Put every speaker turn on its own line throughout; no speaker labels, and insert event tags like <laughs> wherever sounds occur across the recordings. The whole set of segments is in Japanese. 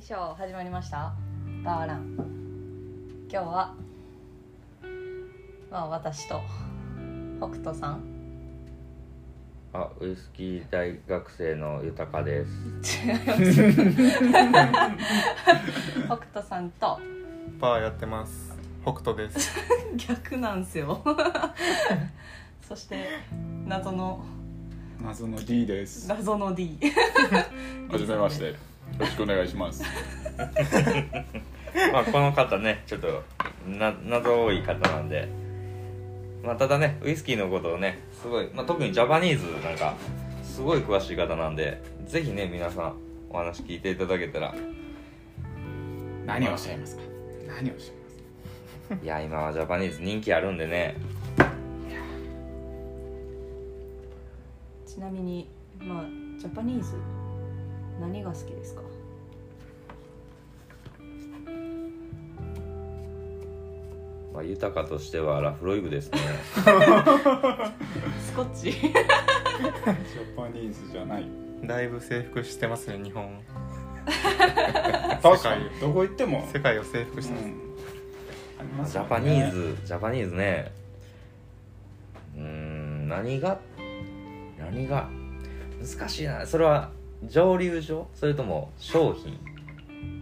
ショー始まりましたダーラン今日はまあ私と北斗さん <laughs>
あ、ウイスキー大学生の豊です。
違います北斗さんと
バーやってます北斗です
逆なんすよ <laughs> そして謎の
謎の D です。は
謎の D
じめまして。よろしくお願いします。
<laughs> まあこの方ね、ちょっとな謎多い方なんで、まあただね、ウイスキーのことをね、すごい、まあ特にジャパニーズなんかすごい詳しい方なんで、ぜひね皆さんお話聞いていただけた <laughs> ら、
何をおっしゃいますか。何をおっしゃいます
いや今はジャパニーズ人気あるんでね、
ちなみにまあジャパニーズ何が好きですか
まあ豊としてはラフロイグですね。
スコッチ
か。ジャパニーズじゃない。
だいぶ征服してますね日本
確かに。どこ行っても。
世界を征服してます、
あります
ジ
よ
ャ
ね
パニー。ズ、ジャパニーズね。うーん、何が、何が、難しいな。それは蒸留所それとも商品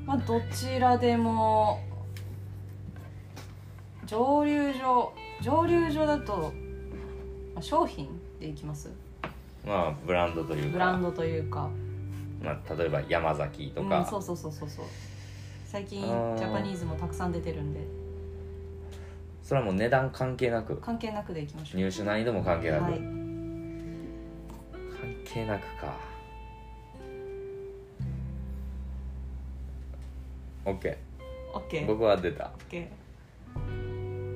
まあどちらでも蒸留所蒸留所だと、まあ、商品でいきます
まあ、ブランドというか、
ブランドというか
まあ、例えば山崎と
うん、
か、
そうそうそうそうそう最近ジ
あー
ャパニーズもたくさん出てるんで
それはもう値段関係なく、
関係なくでいきましょ
入手難易度も関係
う
なく、
はい
関係なくか。オッケ
OK
ー、僕は出た。
OK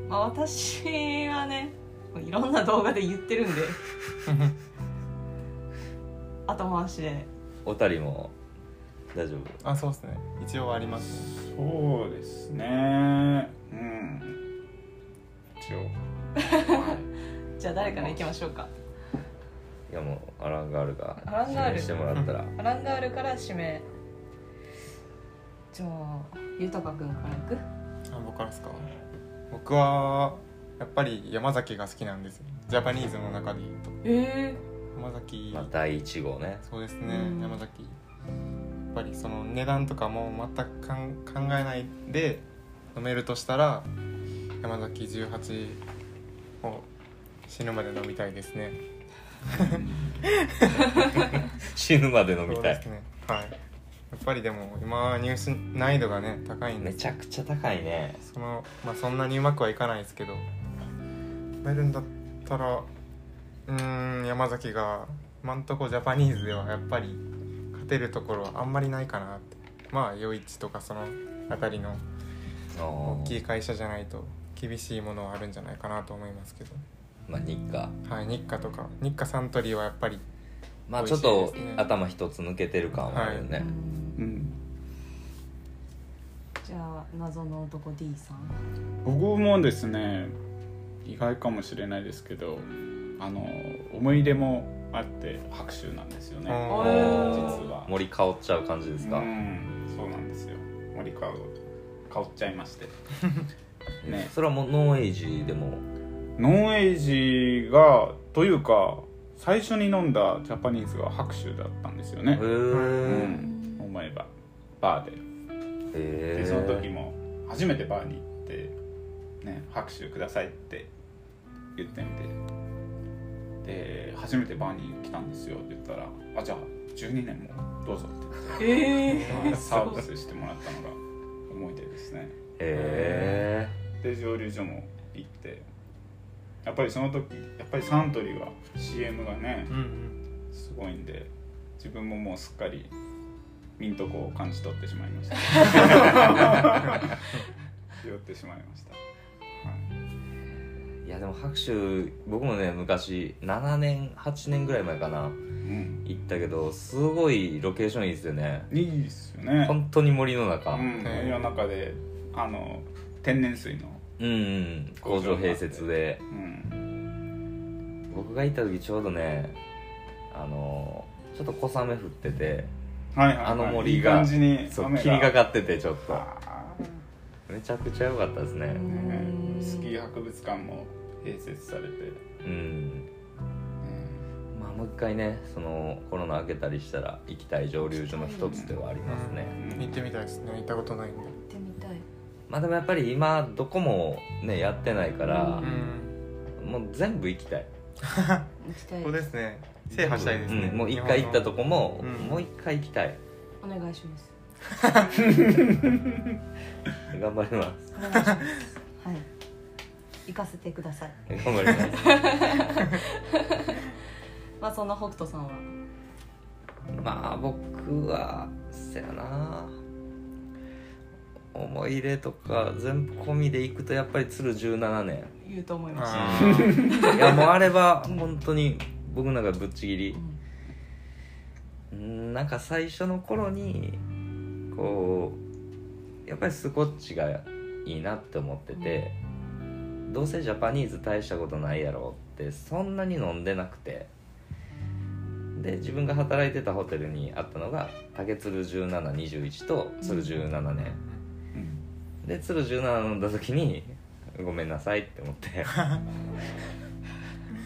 まあ私はねもういろんな動画で言って
<laughs>
るんで後回しで
おたりも大丈夫。
あそうですね一応ありますね
そうですね。うん。一応。
<laughs>
はい
じゃあ誰から行きましょうか
いやもうアランガールが
アランガール
指名してもらったら
アランガールから指名じゃあ豊君から行く
あ僕からですか僕はやっぱり山崎が好きなんですジャパニーズの中で言うと
え
山崎、
まあ第1号ね <laughs>
そうですね、
うん
山崎やっぱりその値段とかも全くかん考えないで飲めるとしたら山崎18を死ぬまで飲みたいですね
死ぬまで飲み
そう
た
です
い
ねはいやっぱりでも今は入手難易度がね高いん
め
で
ちゃくちゃ高いね
そのまあそんなにうまくはいかないですけど食べるんだったらうーん山崎が今んとこジャパニーズではやっぱり勝てるところはあんまりないかなってまあ余市とかその辺りの
大
大きい会社じゃないと厳しいものはあるんじゃないかなと思いますけど
まあ日課
はい日課とか日課サントリーはやっぱり
まあ
美
ちょ
味
っ
しいですね
と頭一つ抜けてる感はあるよね、
うん。
じゃあ謎の男 D さん
僕もですね。意外かもしれないですけど。あの思い入れもあって拍手なんですよね。
うん
お
お
ー
実は。
森香っちゃう感じですか、
うん、そうなんですよ森川を香っちゃいま
<laughs>
してね
それはもうノンエイジでも
ノンエイジがというか最初に飲んだジャパニーズは白州だったんですよ
へ
ね、う
ー
ん、思えばバーで
へ
で
ー
その時も初めてバーに行って「ね、拍手ください」って言ってみてで初めてバーに来たんですよって言ったら「あじゃあ12年もどうぞ」って
え
<laughs>
言ってサービスしてもらったのが思い出ですね
へ
で蒸留所も行ってやっぱりその時やっぱりサントリーは CM がね
うん
すごいんで自分ももうすっかりミントコを感じ取ってしまいました
<laughs>
酔ってしまいました、はい
ーいやでも拍手僕もね昔7年8年ぐらい前かな
うん、
行ったけどすごいロケーションいいですよね
いいっすよね
本当に森の中、
うん
ね
森の中であの天然水の、
うんうん工場併設で
うん、
僕が行った時ちょうどねあのちょっと小雨降ってて
はいはいはい、
あの森が
いい感じに
そう
雨
霧がかっててちょっと
あー
めちゃくちゃ良かったですね
ね
うん
スキー博物館も併設されて、
うん
うん
まあもう一回ねそのコロナ明けたりしたら行きたい蒸留所の一つではありますね、
行ってみたいですね行ったことないんで
ってみたい
まあでもやっぱり今どこもねやってないから
う、ん
もう全部行きたい
行きたい
ここですね制覇したいですね、
うんもう一回行ったとこも、
うん
もう一回行きたい
お願いします
頑張り
お願い
ます
しますはい行かせてください
頑張ります
まあそんな北斗さんは
まあ僕はせやな思い入れとか全部込みで行くとやっぱり鶴17年
言うと思い
日
まし
本
た
のあー
いやもうあれは本当に僕の中でぶっちぎり
うん
うんなんか最初の頃にこうやっぱりスコッチがいいなって思ってて、どうせジャパニーズ大したことないやろってそんなに飲んでなくてで自分が働いてたホテルにあったのが竹鶴1721と鶴17年、
うん
で鶴17飲んだ時に「ごめんなさい」って思って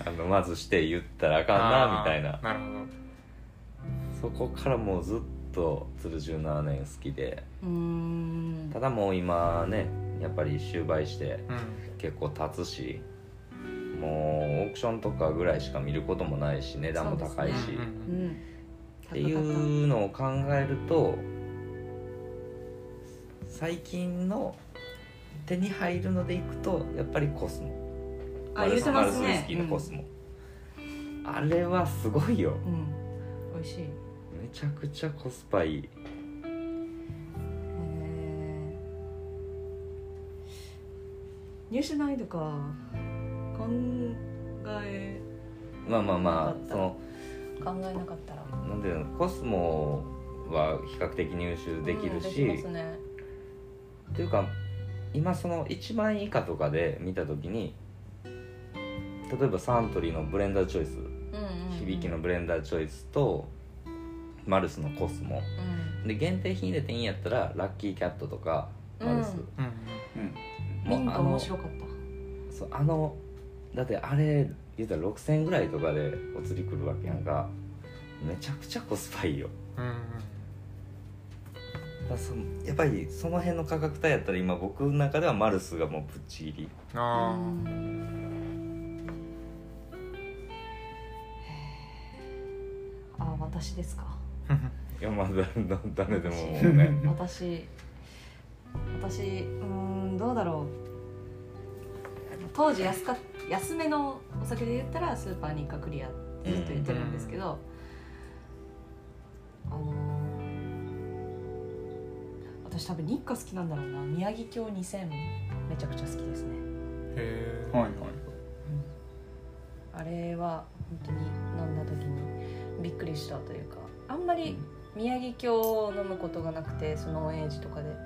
あのまずして言ったらあかんなみたいな
なるほ
そ
ど
こからもうずっと鶴17年好きで
うーん
ただもう今ねやっぱり終売して
うん
結構経つしもうオークションとかぐらいしか見ることもないし値段も高いし、
そうで
ん
うん
っていうのを考えると最近の手に入るのでいくとやっぱりコスモ
あ言うてますね
マルスウイスキーのコスモ、あれはすごいよ
うん、美味しいへ
めちゃくちゃコスパいい
え入手難易度か考え
まあまあま
よかっ
あ
た
その
考えなかったら
なんていうのコスモは比較的入手できるし、
うんできますね
というか今その1万円以下とかで見た時に例えばサントリーのブレンダーチョイス、
うんうんうん
響きのブレンダーチョイスとマルスのコスモ
うん
で限定品入れていいんやったらラッキーキャットとかマルス、
うん
うん
うん
ミン
もう
ト
あ
面
の
白かっ
そうあのだってあれ言うたら6000円ぐらいとかでお釣り来るわけやんかめちゃくちゃコスパいいよ
うんうん
だからそやっぱりその辺の価格帯やったら今僕の中ではマルスがもうぶっちぎり
た
あ
う
ー
んへーあ私ですか
いやまあだだ誰でももうね
私私うーんどうだろう当時安か安めのお酒で言ったらスーパーにかクリアってずっと言ってるんですけど、あのー私多分日課好きなんだろうな宮城京2000めちゃくちゃ好きですね
へえ
はいはい
あれは本当に飲んだ時にびっくりしたというかあんまり宮城京を飲むことがなくてそのオンエイジとかで
うんうん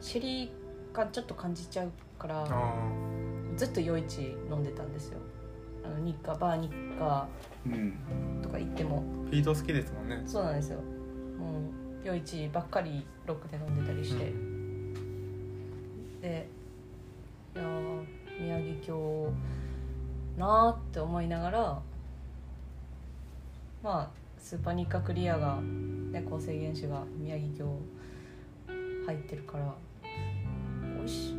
シェリー感ちょっと感じちゃうから
あ
ずっと夜市飲んでたんですよあの日課バー日課
うん
とか行っても
ーフィード好きですもんね
そうなんですよもう夜市ばっかりロックで飲んでたりして、でいやー宮城京なーって思いながらまあスーパーニカクリアが、ね、構成原酒が宮城京入ってるからおいし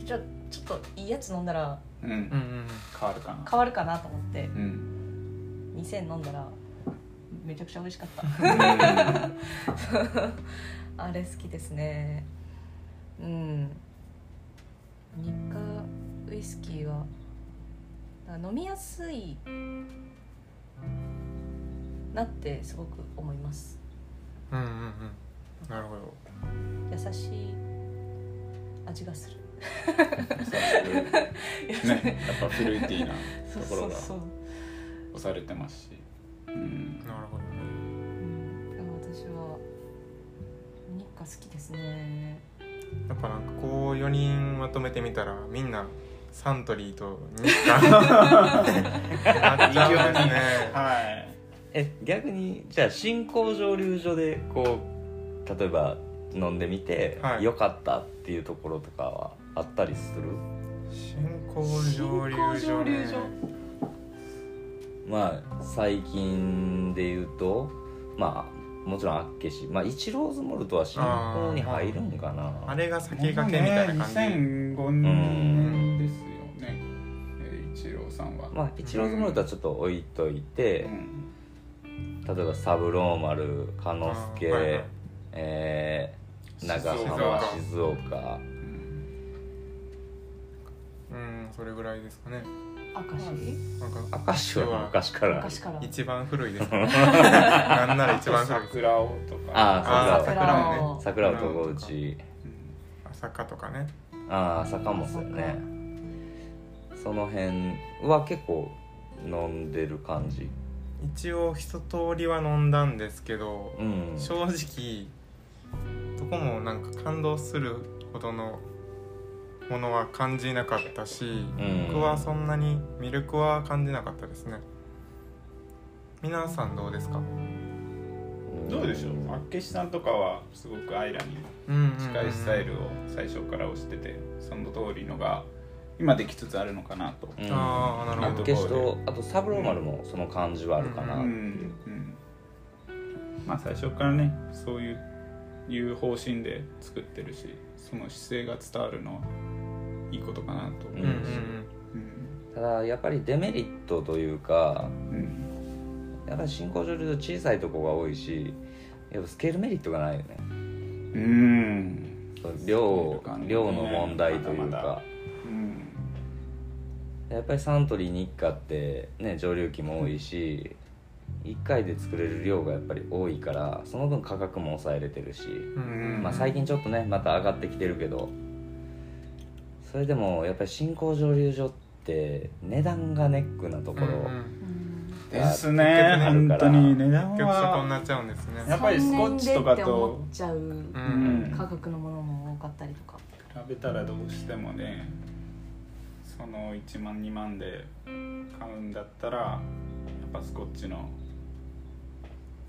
いじゃあちょっといいやつ飲んだら
うん、うん
うんうん
変わるかな
変わるかなと思って
うん
2000飲んだらめちゃくちゃ美味しかった
<laughs> うん
あれ好きですねうん日課ウイスキーはだから飲みやすいなってすごく思います
うんうんうんなるほど
優しい味がする
ねやっぱフルーティーな
<laughs> そう
ところが
そうそう、
押されてますしうん
なるほど
うん、でも私は日課好きですね
やっぱなんかこう4人まとめてみたらみんなサントリーと日韓なっちゃうんですね
は
<laughs> え逆にじゃあ新興蒸留所でこう例えば飲んでみて、
はい
良かったっていうところとかはあったりする
新興蒸留所、ね、
新興蒸
まあ最近で言うとまあもちろんあっけしまあ一郎ズモルトは新興に入るんかな
あれが先駆けみたいな感じ、
2005年ですよねえー一郎さんは、
まあ一郎ズモルトはちょっと置いといて、
うん
例えば三郎丸鹿之助、
あはいはい
えー長
静
浜
岡
静岡
うん
うんそれぐらいですかね
明石
なんか
明石は昔から
明石から
一番古いですねなんなら一番古いです
桜をとか
あー
桜
桜
を
を
桜尾戸河内
うん
朝霞とかね
ああ坂本だよねその辺は結構飲んでる感じ
一応一通りは飲んだんですけど
うん
正直どこもなんか感動するほどのものは感じなかったし、
うん
僕はそんなに魅力は感じなかったですね皆さんどうですか
どうでしょうあっけしさんとかはすごくアイラに
うん
近いスタイルを最初から推しててその通りのが今できつつあるのかなと、
うん
ああな
あ
る
っ
ほ
け
ど
しとあと三郎丸もその感じはあるかな、
う
うんんまあ最初からねそういういう方針で作ってるしその姿勢が伝わるのはいいことかなと
う
思
ん
う
うん
し、
ただやっぱりデメリットというか
うんうん
やっぱり新興上流と小さいとこが多いしやっぱスケールメリットがないよね
うん
量量の問題というか、
まだまだうん
やっぱりサントリー日課ってね蒸留機も多いし1回で作れる量がやっぱり多いからその分価格も抑えれてるし、
うんうん
まあ、最近ちょっとねまた上がってきてるけどそれでもやっぱり新興蒸留所って値段がネックなところ、
うんうん
うん
ですね本当に値段
結局そこに
は
なっちゃうんですね
やっぱりスコッチとかと
三年でって思っちゃう
う
うん
ん
価格のものも多かったりとか
比べたらどうしてもねその1万2万で買うんだったらやっぱスコッチの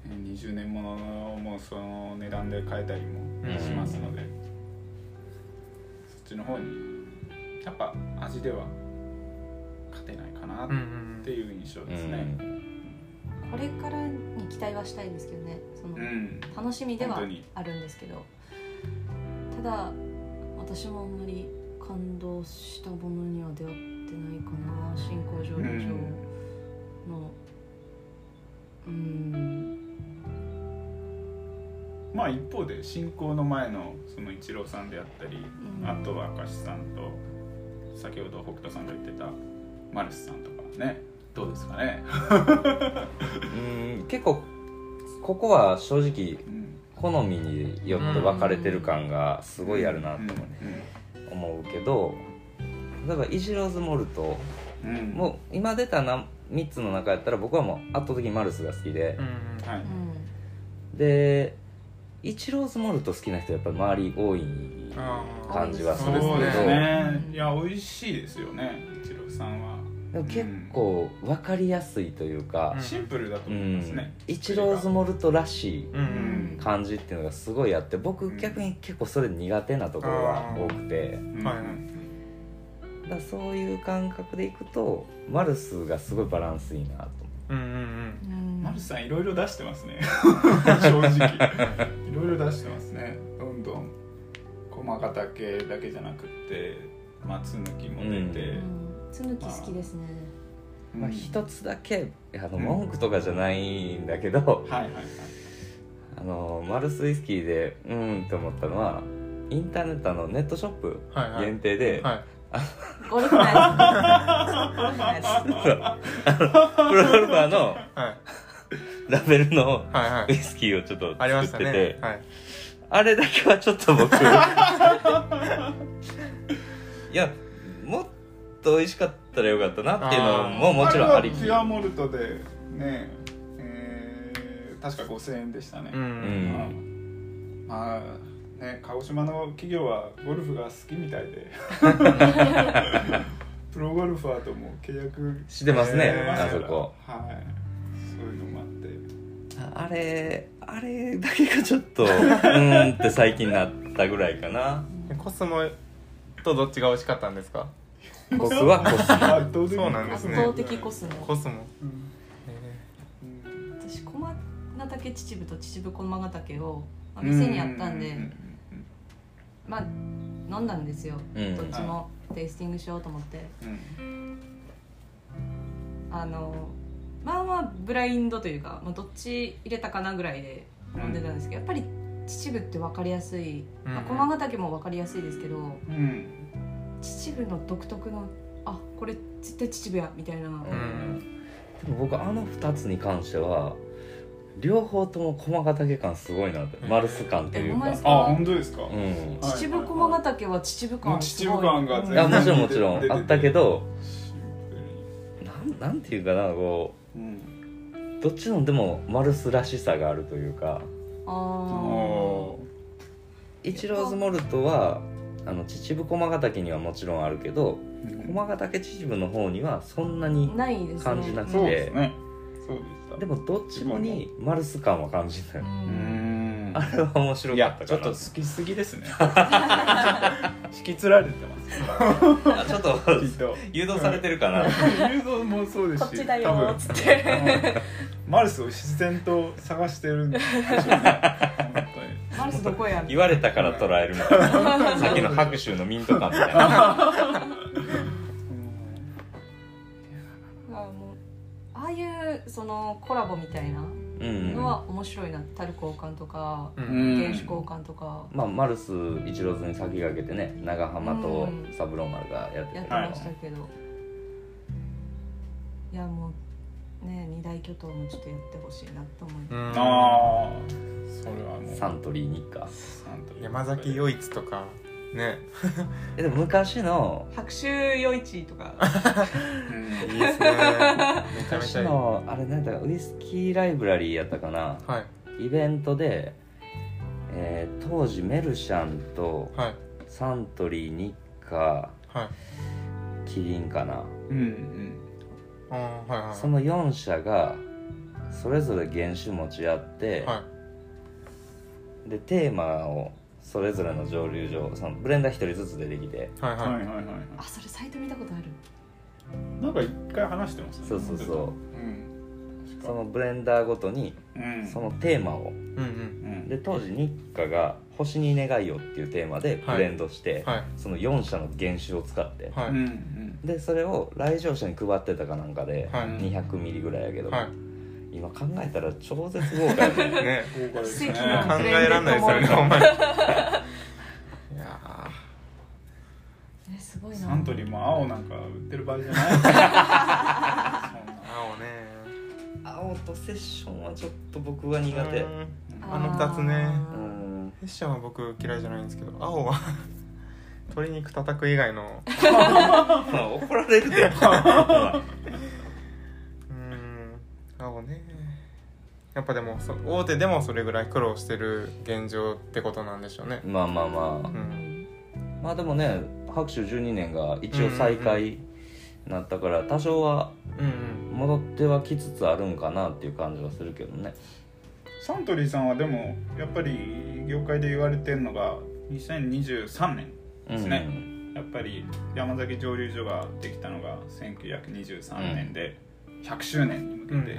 えー20年ものもうその値段で買えたりもしますので、そっちの方にやっぱ味では勝てないかな
うんう
っ
ん
ていう印象ですね。
これからに期待はしたいんですけどねその、
うん、
楽しみでは
本当に
あるんですけどただ私もあんまり感動したものには出会ってないかな新興蒸
う
留所
ん
のうん
まあ一方で進行の前のその一郎さんであったり、
うん
あとは明石さんと先ほど北斗さんが言ってたマルスさんとかねどうですかね、
うん結構ここは正直
うん、
好みによって分かれてる感がすごいあるなと思うね、思うけど例えばイジローズモルト
うん、うん
もう今出たな3つの中やったら僕はもう圧倒的にマルスが好きで
うん、
は
う
い
ん
でイチローズモルト好きな人やっぱり周り多い
あー
感じはす
そ
るけど
うですね
うん
いや美味しいですよね一郎さんは
でも結構分かりやすいというか
うん
シンプルだと
う
思います
ん
ね、
イチローズモルトらしい
うんうん
感じっていうのがすごいあって僕逆に結構それ苦手なところが多くて
うん
はい
だからそういう感覚でいくとマルスがすごいバランスいいなと
うんうん
うん
マルスさんいろいろ出してますね <laughs> 正直いろいろ出してますねどんどん駒ヶ岳だけじゃなくって松抜きも出て、
うんつぬき好きですね
まあ、一つだけあの文句とかじゃないんだけど、
はいはいはい
あのマルスウイスキーでうーんって思ったのはインターネットあのネットショップ
はいはい
限定で、
はい
ゴルフのやつゴルフのや
プロゴルファーの
はい
ラベルの
はいは
ウイ
い
スキーをちょっと
ありま
作った
し
ててあ,、
ねはい
れだけはちょっと
<laughs>
僕いやもっと美味しかったらよかったなっていうのももちろんありき
れはピュアモルトでねえー確か5000円でしたね、
うん
うんまあね鹿児島の企業はゴルフが好きみたいで <laughs> プロゴルファーとも契約
してますね
えー
あそこ
はいそういうのもあって
あれあれだけがちょっと <laughs> うーんって最近なったぐらいかな
コスモとどっちが美味しかったんですか
僕はコスモ
圧倒的
そうなんです
圧
ね
倒的コスモ
コスモ、
うん
え
うん
私駒ヶ岳秩父と秩父駒ヶ岳を、まあ、店にあったんで
う
まあ飲んだんですよ、
うん
どっちもテイスティングしようと思って
うん
あのまあまあブラインドというか、まあ、どっち入れたかなぐらいで飲んでたんですけど、やっぱり秩父って分かりやすい、
うん
まあ、駒ヶ岳も分かりやすいですけど
うんうん
秩父の独特のあこれ絶対秩父やみたいな、
うんでも僕あの2つに関しては両方とも駒ヶ岳感すごいなってマルス感っていう
え
か
ほん
あ本当ですか、
うん
はい
秩父駒ヶ岳は秩父感すごい
もう秩父感が全
い
然
や
うん
もちろんもちろ
出て
ん
て
あったけど
シンプル
な
に
んなんていうかなこ
うん
うどっちのでもマルスらしさがあるというか
あ
お
イチローズモルトはあの秩父駒ヶ岳にはもちろんあるけど
ー
駒ヶ岳秩父の方にはそんな
あ
に
ないですね
感じなくて
そうですねそうでした
でもどっちもにマルス感は感じな
う
い
うんん
あれは面白
い
かっ
や
た
ち
か
ょっ
ら
と好きすぎですね <laughs> 引きつられてます
あちょっと <laughs>
きっと
誘導されてるかな
誘導もそうですし
こっちだよ
多分
ーっつって
うんマルスを自然と探してるんでし <laughs> ょうね本
マルスどこや
言われたから捉えるみた
<laughs>
いなさっきの拍手のミント感みたいな
当にうん
あもうああいうそのコラボみたいな
うん
のは面白いな、タル交換とか
ーう
うん
ん
原酒交換とか
まあマルス一郎ズに先駆けてね長浜と
うん
三郎丸がやって
やって
た
ましたけど、い、やもうね二大巨頭もちょっとやってほしいなと思います、
うん
ああそれはもう
サントリー日課
サントリー
山崎
よ
余一とかね
えでも昔の
白州夜市とか
いいですね <laughs> めちゃめ
昔
ちゃいいは
のあれなんだウイスキーライブラリーやったかないイベントで、えー当時メルシャンと
はい
サントリー日課
はい
キリンかな
うんうん
あーはいはい
その4社がそれぞれ原酒持ち合って、
はい
でテーマをそれぞれの蒸留所そのブレンダー1人ずつ出てきて
はい
はい
は
はいはいは
あそれサイト見たことある
いなんか一回話してますね
そうそうそう
うん確か
そのブレンダーごとに
うん
そのテーマを
いうんうん
うん
で当時日課が「星に願いを」っていうテーマでブレンドして、
はい
その4社の原酒を使って、
はい
うんうん
でそれを来場者に配ってたかなんかで、
はい
200ミリぐらいやけど、
は
今考えたら超絶豪華やね <laughs>
いね
豪華です
奇
ね
考
跡の
えらんないですよねほんま <laughs> にいやー
えすごいな
サントリーも青なんか売ってる場合じゃないそんな <laughs>
青ね
青とセッションはちょっと僕は苦手
うん
ー
あの二つね
うん
フィッシャーは僕嫌いじゃないんですけど青は <laughs> 鶏肉叩く以外の
まあ怒られるで
うーん青ねやっぱでもそ大手でもそれぐらい苦労してる現状ってことなんでしょうね
<laughs> まあまあまあ
うん
まあでもね白州12年が一応再開になったから多少は
うん
戻ってはきつつあるんかなっていう感じはするけどね
サントリーさんはでもやっぱり業界で言われてるのが2023年ですね
うん
やっぱり山崎蒸留所ができたのが1923年で100周年に向け
うん
て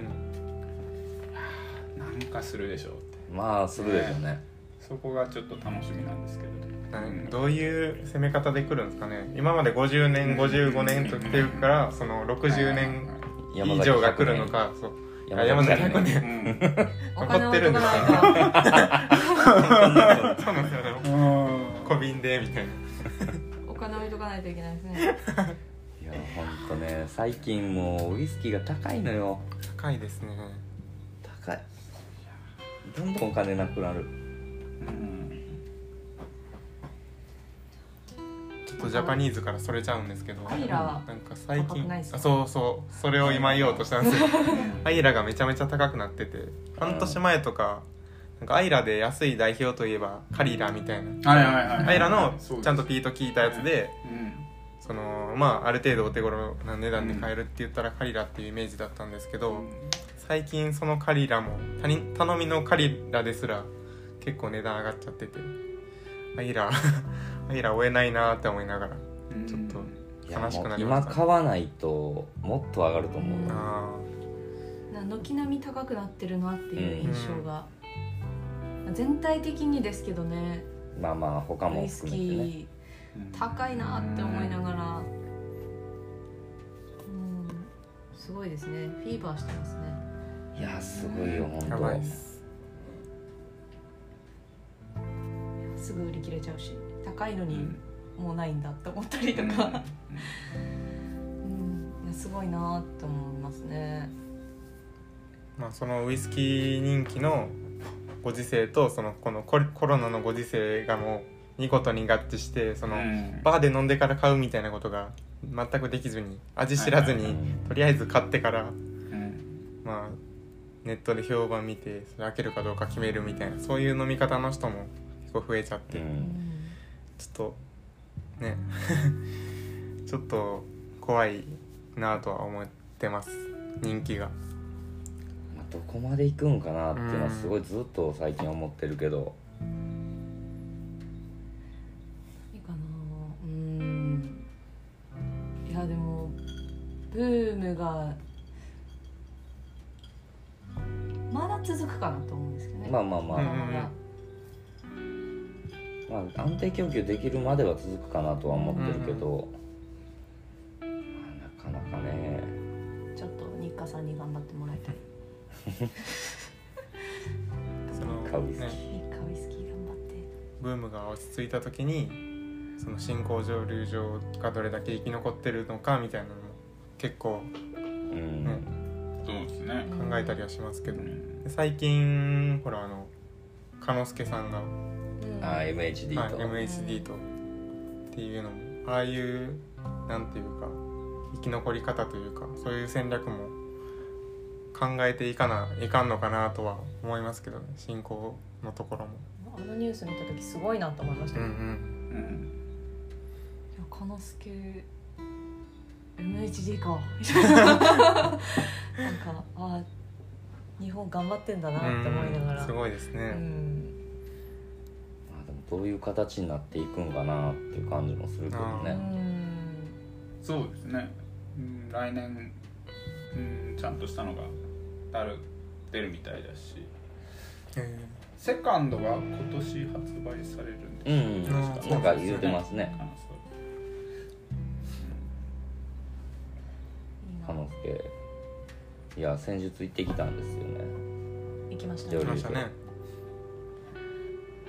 なんかするでしょうって
まあするでしょうね
そこがちょっと楽しみなんですけど
うんどういう攻め方で来るんですかね今まで50
うん
年55年と来てるからその60年
山
以
崎
上が来るのか
<laughs>
そうあ
山
山
崎
崎
100
100
年
年
うん
お金を取らない
残
か
そうなんですよね小瓶でみたいな
お金置いとかないといけないですね
いやほんとね最近もうウイスキーが高いのよ
高いですね
高いどんどんお金なくなる
うん
ちょっとジャパニーズからそれちゃうんですけど
アイラ
なんか最
高く
近
ない
あ
っすか
そうそうそれを今言おうとしたんで
<laughs>
すよアイラがめちゃめちゃ高くなってて半年前とかなんかアイラで安い代表といえばカリラみたいな
はいはいはいはい
アイラの
そうです
ちゃんとピート聞いたやつで
うん
そのまあある程度お手頃な値段で買えるって言ったらカリラっていうイメージだったんですけど最近そのカリラも他人頼みのカリラですら結構値段上がっちゃっててアイラ <laughs> アイラ追えないなーって思いながらちょっと
いや
悲しく
も
な
う
りま
今
した
買わないともっと上がると思うよ
あ
な軒並み高くなってるなっていう印象が、全体的にですけどね
まあまあ他
ウ
も
イス
含
キ
めてね
ー高いなって思いながらうんすごいですねフィーバーしてますね
いやすごいよ
ーやばいっ
本
す
すぐ売り切れちゃうし高いの
う
に
ん
もうないんだって思ったりとか、うんいやすごいなって思いますね
まあそのウイスキー人気のご時世とそのこのコリコロナのご時世がもう見事に合致してその
うん
バーで飲んでから買うみたいなことが全くできずに味知らず
当
に
うん
とりあえず買ってから
うん
まあネットで評判見てそれ開けるかどうか決めるみたいなそういう飲み方の人も結構増えちゃって、
う
うんん
ちょっとね <laughs> ちょっと怖いなぁとは思ってます人気が
まあどこまで行くんかなっていうのはすごいずっと最近思ってるけど
いいかなうんいやでもブームがまだ続くかなと思うんですけどね、
まあまあま
まだ
あ
まだ
まあ、安定供給できるまでは続くかなとは思ってるけど、まあ、なかなかね
ちょっと日課さんに頑張ってもらいたい
その、
買うウイスキー
ね、
日課ウイスキー頑張って
ブームが落ち着いた時にその新興蒸留所がどれだけ生き残ってるのかみたいなのも結構
うん、
そうですね
考えたりはしますけ
う
ど、
ん
で最近ほらあの鹿之助さんが
うん
あ MHD
はい、
と、
MHD とっていうのもああいうなんていうか生き残り方というかそういう戦略も考えていかないかんのかなとは思いますけどね進行のところも
あのニュース見た時すごいなと思いました
うん
よ、
う
いや
ん
うん
カノスケ MHD
<laughs>
かみたいななんかあ日本頑張ってんだなって思いながら、
うんすごいです
う
ね、
ん
まあ、でもどういう形になっていくんかなっていう感じもするけど
う
ね
ん
そうですねうん来年うんちゃんとしたのがだる出るみたいだし
え
セカンドは今年発売されるん
う
で
ん、
うん
うんなんか言うてますね
あのそう
いいな
鹿之助いや戦術行ってきたんですよね
行きました
ー、
夜
来ましたね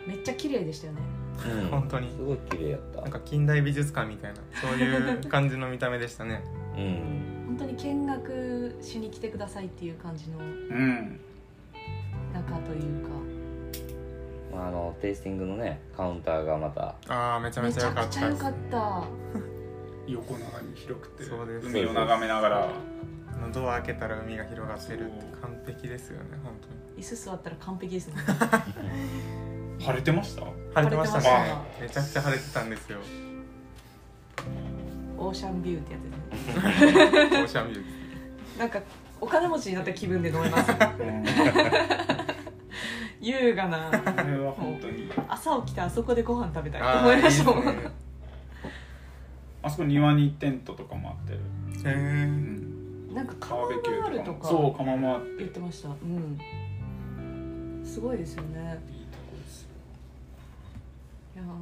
めっちゃ綺麗でしたよね
うん
本当に
すごい綺麗やった
なんか近代美術館みたいなそういう感じの見た目でしたね
うん
本当に見学しに来てくださいっていう感じの
うん
中というか
まあ、あのテイスティングのねカウンターがまた
<laughs> ああめちゃめちゃ良か
め
っ
ちゃくち
たです
ゃ良かった
横長に広くて
そうです
海を眺めながら
あのドア開けたら海が広がってるって完璧ですよね本当に
椅子座ったら完璧ですね
晴れてました
晴れてました
晴れて
ね
ま
めちゃくちゃ晴れてたん <laughs> ですよ
オーシャンビューってやつですね
オーシャンビュー
なんかお金持ちになった気分で飲めます
<laughs>
優雅な
これは本当に
朝起きてあそこでご飯食べたい
あ
思
ー
いましたもん
いいですね
あそこ庭にテントとかもあって、
へー
なんかカ
バ
マ
ー
ン
ベキュ
ガー
ー
ルと
とかも
か
そう釜もあって
言ってましたうんすごいですよね
いいとこですよ
いやーこ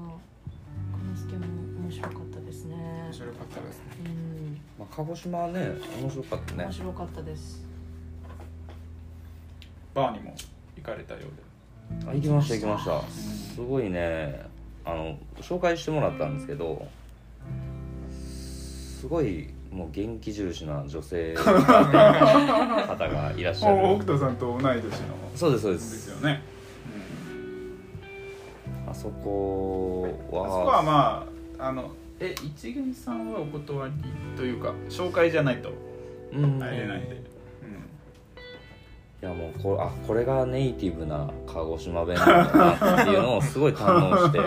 のスケも面白かったですね
面白かったですね
うん
まあ、鹿児島はね面白かったね
面白かったです
バーにも行かれたようで
あ行きました行きましたすごいねあの紹介してもらったんですけどすごいもう元気重視な女性方がいらっ <laughs> しゃる
田さんと同い年の
そうですそうで
です
す
よね、
あそこ
うん、
は
あそこはまああのえ一元さんはお断りというか紹介じゃないと
うん、
入れないんで、
うん
いやもうこれあこれがネイティブな鹿児島弁なんだなっていうのをすごい堪能して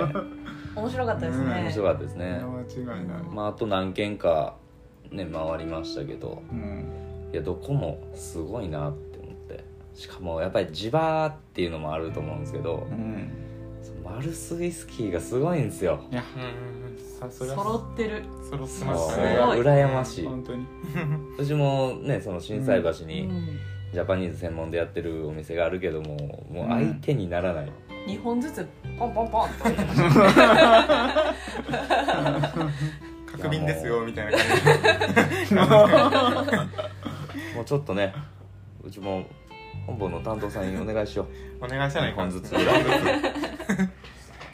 面白かったです
うん
ね
面白かったです <laughs> ね、
うん、間違
いない
まあ、あと何軒かね回りましたけど
うん
いやどこもすごいなって思っしかもやっぱり地場っていうのもあると思うんですけど
うん
そのマルスウイスキーがすごいんですよ
いや
うんさそれは
揃ってる
揃ってま
もう
し
そ
た
れ
ね
が羨ましい
本当に
私もねその心斎橋
う
に
ん
ジャパニーズ専門でやってるお店があるけどももう
うん
相手にならない、
2本ずつポンポンポンって置いてまし
角瓶ですよみたいな感
もうちょっとねうちも本部の担当さんにお願いしよ
じお願いしたらいかん
二本ずつ
二本ず
う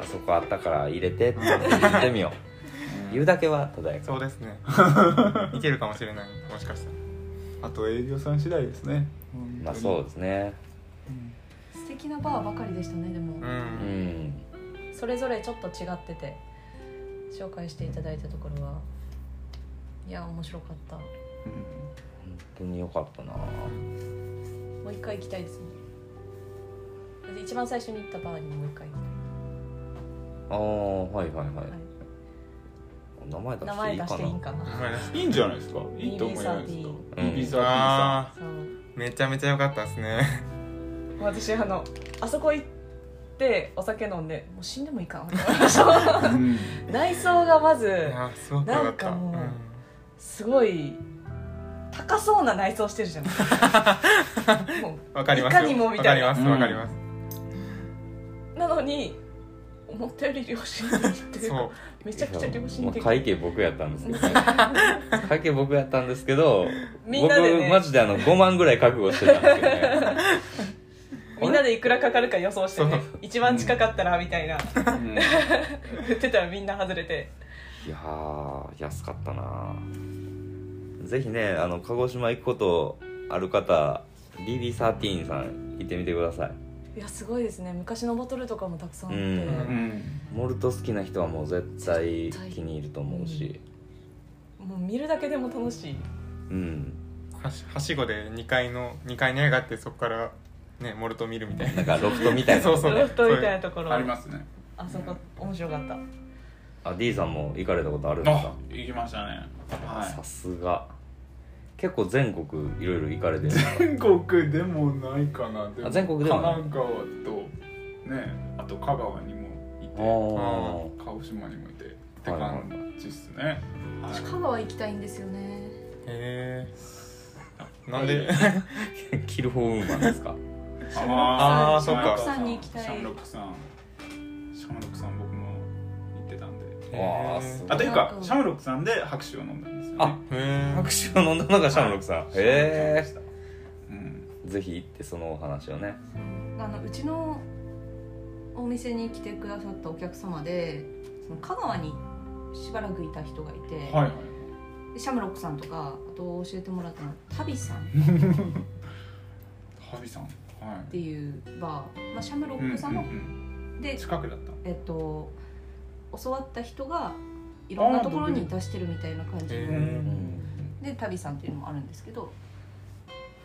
あそこあったから入れてって言ってみよう言うだけはただや
つ
か
そうですねいけるかもしれないもしかしたら
あと営業さん次第ですね
らまあそうですね
うん
た素敵なバーばかりでしたねでも、
う
うんん
それぞれちょっと違ってて紹介していただいたところはいや面白かったも
本当に良かったな
う一回行きたいですねで一番最初に行ったバーにもう一回行き
あーはいはいは
た
い
い、はい
名前出
名
してい
前
い
出していいん
か
かな
ごめんなさい
いいんじゃないですかいいと思いますよ
BB13
BB13 さ
あ
そう
ーめちゃめちゃ良かったですね
私あのあそこ行ってお酒飲んでもう死んでもいいかなって思いました
んうん
<laughs> 内装がまず
いやすごく良かった
なんかもう
うん
すごい高そうな内装してるじゃないも
わかります
いかにもみたいな
わかりますわかります、
うなのに思ったより良心的っていうか
そう
めちゃくちゃ良心
もう
的
会計僕やったんですけど
<laughs>
ね会計僕やったんですけど
みんなでね
僕マジであの5万ぐらい覚悟してたんですけど
<laughs>
ね
<laughs> みんなでいくらかかるか予想してね
そう
一番近かったらみたいな言ってたらみんな外れて
いやー安かったなぜひねあの鹿児島行くことある方 BB13 さん行ってみてください
いやすごいですね昔のボトルとかもたくさんあって、
うん
うん
モルト好きな人はもう絶対
絶対
気に入ると思うし
もう見るだけでも楽しい
うん
はしはしごで2階の2階に上がってそこからねモルト見るみたい
な
なん
かロフトみたいな
そうそう
ロフトみたいなところ
ありますね
あそこ面白かった
あ D さんも行かれたことあるんです
あ
か
行きましたねは
さすが結構全国いろいろ行かれてる
い全国でもないかなで
あ全国でもない
神奈川とねあと香川にもいて
ああ
鹿児島にもいてって感じっすねはい
私香川行きたいんですよね
へえなんで
<laughs> キルホーウーマンですか
あ
あーそっか
シャムロックさんに行きたい
シャムロックさんシャムロックさん僕も行ってたんで
わあすごい
あというか
うん
シャムロックさんで拍手を飲んだんですよね
あ
へえ
拍手を飲んだのがシャムロックさん、
はい
へえ
うん
ぜひ行ってそのお話をね
あのうちのお店に来てくださったお客様でその香川にしばらくいた人がいて、
はいはい
でシャムロックさんとかあと教えてもらったのはタビさんっ
ハビさんはい
ていうバー、まあ、シャムロックさんの、
うんうんう
で
ん、近くだった
えっと、教わった人がいろんなところ
あ
に
ー
出してるみたいな感じ
へ
の
え
でタビさんっていうのもあるんですけど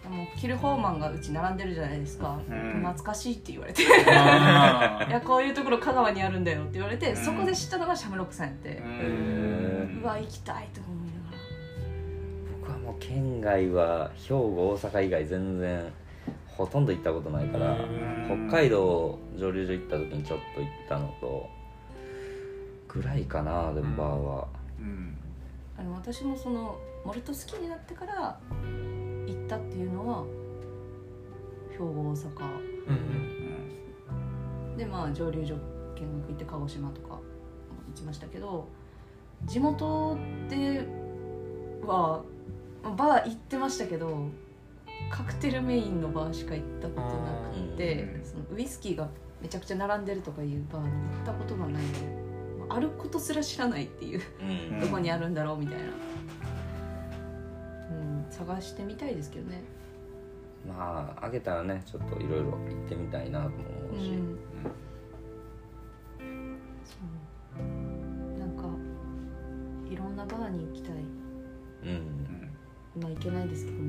あのキルホーマンがうち並んでるじゃないですか、
うん
懐かしいって言われて
あ
<laughs> いやこういうところ香川にあるんだよって言われて、
うん
そこで知ったのがシャムロックさんやって
ーう、
うんわ行きたいと思いながら
僕はもう県外は兵庫大阪以外全然ほとんど行ったことないから
うん
北海道蒸留所行った時にちょっと行ったのとぐらいかなでもバーは、
うん
あの私もそのモルト好きになってから行ったっていうのは兵庫大阪
うん
うん
でまあ蒸留所見学行って鹿児島とかも行きましたけど地元ではまあバー行ってましたけどカクテルメインのバーしか行ったことなくて
うん
そのウイスキーがめちゃくちゃ並んでるとかいうバーに行ったことがないのでまああることすら知らないっていう
うん
どこにあるんだろうみたいな、うん、探してみたいですけどね、
まああげたらねちょっといろいろ行ってみたいなとも
う
思うし、
ん、そうなんかいろんなバーに行きたい
うん
うん
今行けないですけどねい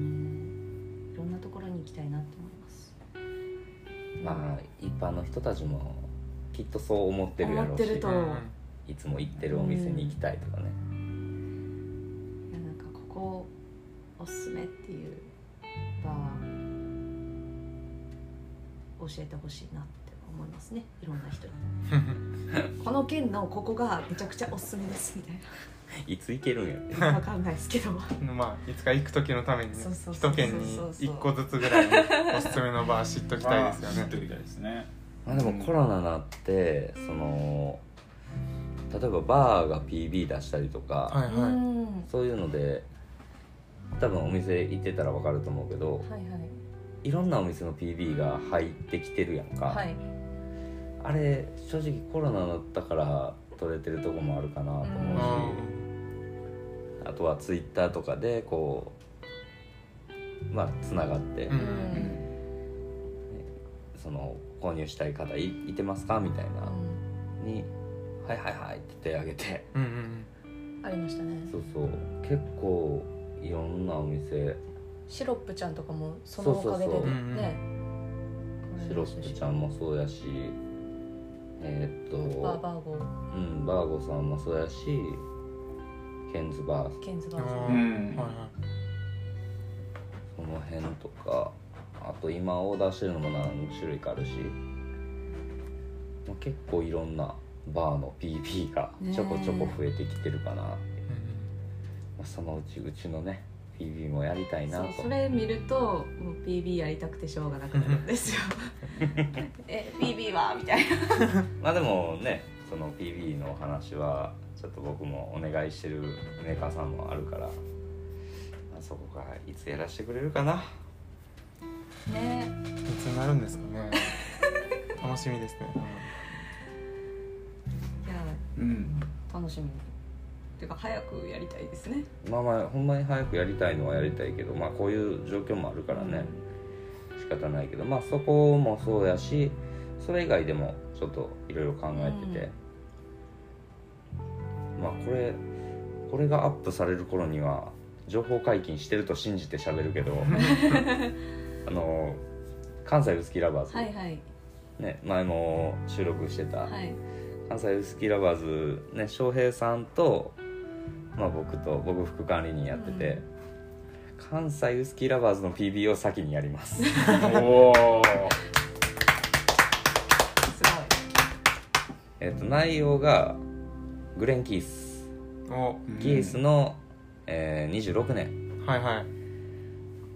ろんなところに行きたいなって思います
まあ一般の人たちもきっとそう思ってるやろう
思って
し
ると
うん
いつも行ってるお店に行きたいとか
い
ね、
やなんかここおすすめっていうバー教えてほしいなって思いますねいろんな人にこの県のここがめちゃくちゃおすすめですみたい
いつ行けるんやって
なわかんないですけど
まあいつか行く時のために
そうそうそうそう
一軒に一個ずつぐらいおすすめのバー知っときたいですよ
知っとき
ね
たいですね
まあでもコロナになってその例えばバーが PB 出したりとか、
はいうは
ん
そういうので多分お店行ってたら分かると思うけど
はい
いろんなお店の PB が入ってきてるやんか、
はいはい
あれ正直コロナだったから取れてるとこもあるかなと
い
思うし、あとはツイッターとかでこうまあつながって、
うん
うん
その購入したい方いいてますかみたいな
う
に「はいはいはい」って手挙げて
うんうん
んありましたね
そうそう結構いろんなお店
シロップちゃんとかもそのおかげでね
そうそう
そううんうん
シロップちゃんもそうやしえーっと
バーバーゴー
うん、バーゴさんもそうやしケンズバー
ケンズバ
あ
ーゴ
ー
ー
うん
はいは
その辺とかあと今オーダーしてるのも何種類かあるし、まあ、結構いろんなバーの PB が
ねえ
ちょこちょこ増えてきてるかな、ま
いうん
あ、そのうちうちのね PB もやりたいな
そ
と
うそれ見るともう PB やりたくてしょうがなくなるん
<laughs>
ですよえ PB はみたいな
まあでもねその PB のお話はちょっと僕もお願いしてるメーカーさんもあるから、まあ、そこがいつやらせてくれるかな
ね
いつになるんですかね楽しみですね
いや
うん
楽しみっていうか早くやりたいですね
まあまあほんまに早くやりたいのはやりたいけどまあこういう状況もあるからね、仕方ないけどまあそこもそうやしそれ以外でもちょっといろいろ考えてて、まあこれこれがアップされる頃には情報解禁してると信じて喋る
<laughs>
けどあの関西ウスキーラバーズ、
はいはい
ね、前も収録してた、
はい
関西ウスキーラバーズ、ね、翔平さんと、まあ、僕と僕副管理人やってて、関西ウスキーラバーズの PB を先にやります
<laughs> おお
すご
えっと内容がグレン・キース
うんお
キースの、えー26年、
はいはい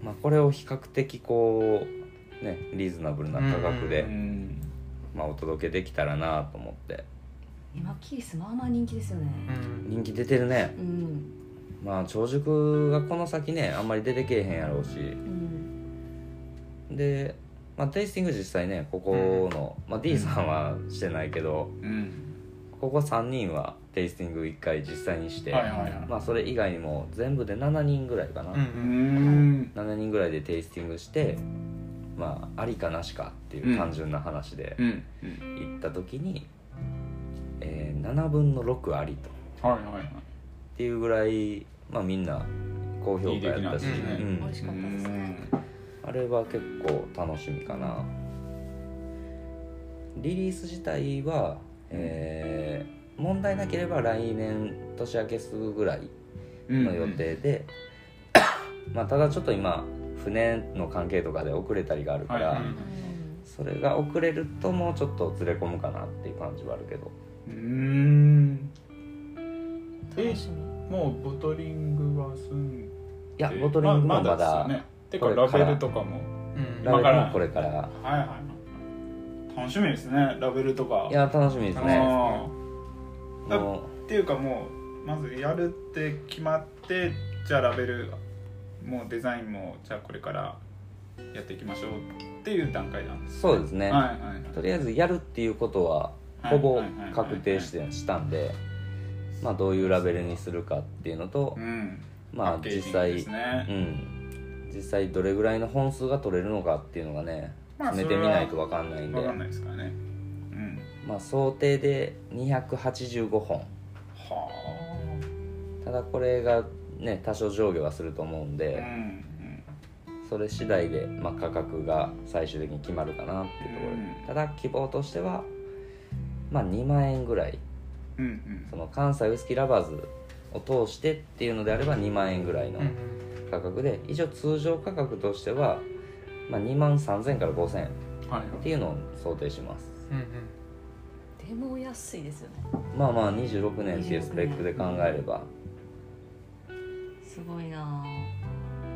まあ、これを比較的こう、ね、リーズナブルな価格で、
うん
まあ、お届けできたらなと思って
い今キースまあまあ人気ですよね
うん
人気出てるね
うん
まあ長熟がこの先ねあんまり出てけえへんやろうし
うん
で、まあ、テイスティング実際ねここの、まあ、D さんはしてないけど、
うん
ここ3人はテイスティング1回実際にして、
はいはいはい
まあ、それ以外にも全部で7人ぐらいかな、
うんう
うんん
7人ぐらいでテイスティングして、まあ、ありかなしかっていう単純な話で
うん
行った時に、えー7分の6ありとっ
はいはいはい
ていうぐらい、まあ、みんな高評価やったし
いい出来なんです
う
ね
美
ん
味しかったですね
あれは結構楽しみかなリリース自体は、えー問題なければ来年年明けすぐぐらい
うん
の予定で、まあただちょっと今船の関係とかで遅れたりがあるから、
はいはい
それが遅れるともうちょっとずれ込むかなっていう感じはあるけど
うん
うん楽しみ
もうボトリングは済んで
いやボトリングもまだ,、
ですよねてか
これから
ラベルとか
う
も
ん
ラ
ま
ベ
だ
ル
ら
もこれから
はいはいはい楽しみですねラベルとか
いや楽しみですね
あー
も
っていうかもうまずやるって決まってじゃあラベルもうデザインもじゃあこれからやっていきましょうっていう段階なんで
う
す
そうですね、
はいはいはい
とりあえずやるっていうことは
は
ほ
い
ぼ確定してしたんで、まあ、どういうラベルにするかっていうのと
う、ん
まあ
パッケージ
実
ング
際、
ですね
うん、実際どれぐらいの本数が取れるのかっていうのがね
まあ
詰めてみないと分かんないんで、
わかんないですからねうん
まあ、想定で285本
は
ただこれがね多少上下はすると思うん
あう
で、
ん
それ次第で、まあ、価格が最終的に決まるかなっていうところで、
うん
ただ希望としては、まあ、2万円ぐらい
うんうん
その関西ウイスキーラバーズを通してっていうのであれば2万円ぐらいの価格で一応通常価格としては、まあ、2万3000から5000
うんは
っ
い
ていうのを想定します
うん
でも安いですよね
まあまあ26年っていうスペックで考えれば
すごいなぁ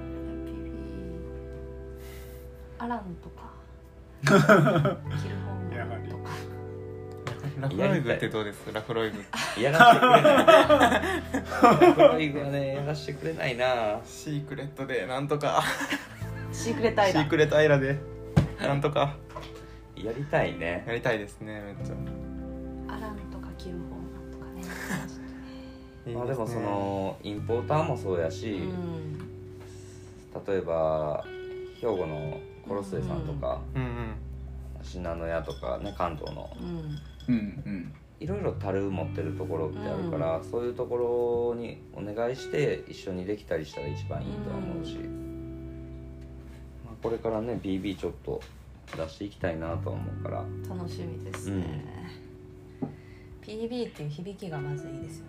LPB アランとか <laughs> キルホームとか
うんラフロイグってどうですラフロイグ
やらせてくれない黒い具は
<laughs>
ねやらせてくれないな
シークレットでなんとか
シークレットアイ
シ
ラ
ー
ン
クレットアイラでなんとか
やりたいね
やりたいですねめっちゃ
アランとかキルホームとかね
いいすね
まあ、でもそのインポーターもそうやし、
うん
例えば兵庫のコロスエさんとか、
うんうん
信濃屋とかね関東の
うん
うんうん
いろいろ樽持ってるところってあるから、そういうところにお願いして一緒にできたりしたら一番いいとは思うし、まあ、これからね BB ちょっと出していきたいなとは思うから
楽しみですね、PB っていう響きがまずいいです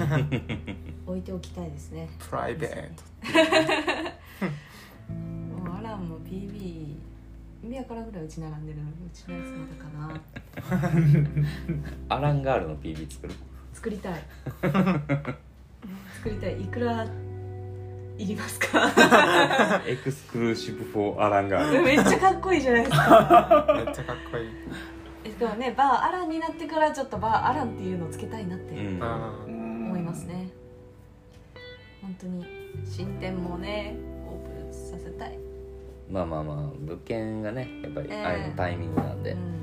よね
<laughs>
置いておきたいですね
プライベート
もうアランも PB 意味わからんぐらいうち並んでるのにうちのやつまだかな
アランガールの BB <laughs> 作る
作りたい作りたいいくらいりますか <laughs>
エクスクルーシブ・フォー・アランガール
めっちゃかっこいいじゃないですか
めっちゃかっこいい
えでもねバーアランになってからちょっとバーアランっていうのをつけたいなって
うん
あ
思いますね、本当に新店もねオープンさせたい、
まあまあまあ物件がねやっぱり
ええ
あれのタイミングなんで、
うん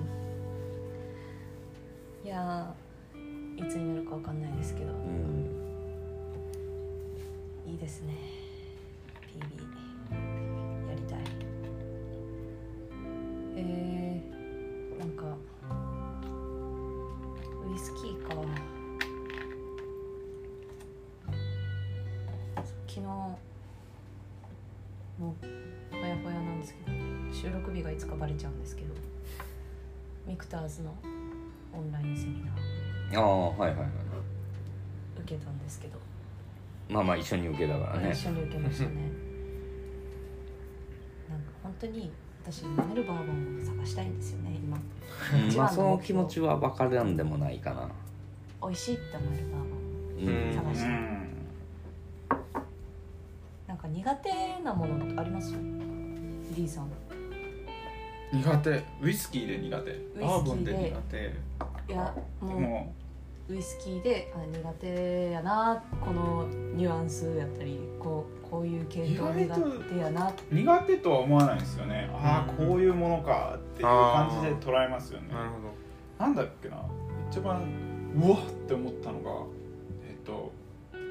いやーいつになるかわかんないですけど
うん
いいですね PB やりたいえー、なんかウイスキーか昨日もうほやほやなんですけど収録日がいつかバレちゃうんですけどミクターズのオンラインセミナー
ああはいはいはい
受けたんですけど
まあまあ一緒に受けたからね
一緒に受けましたねなんか本当に私飲めるバーボンを探したいんですよね今
うんまあその気持ちは分からんでもないかな
美味しいって思えるバーボン
うん、
うん
探したい、
ん
なんか苦手なものあります D さん
苦手ウイスキーで苦手
で
バーボンで苦手で
いやも
も
うウイスキーであ苦手やなこのニュアンスやったりこうこういう系統
意外と
苦手やなって
苦手とは思わないですよねああ
うん
こういうものかっていう感じで捉えますよね
ーなるほ
なんだっけな一番うわっって思ったのがえっと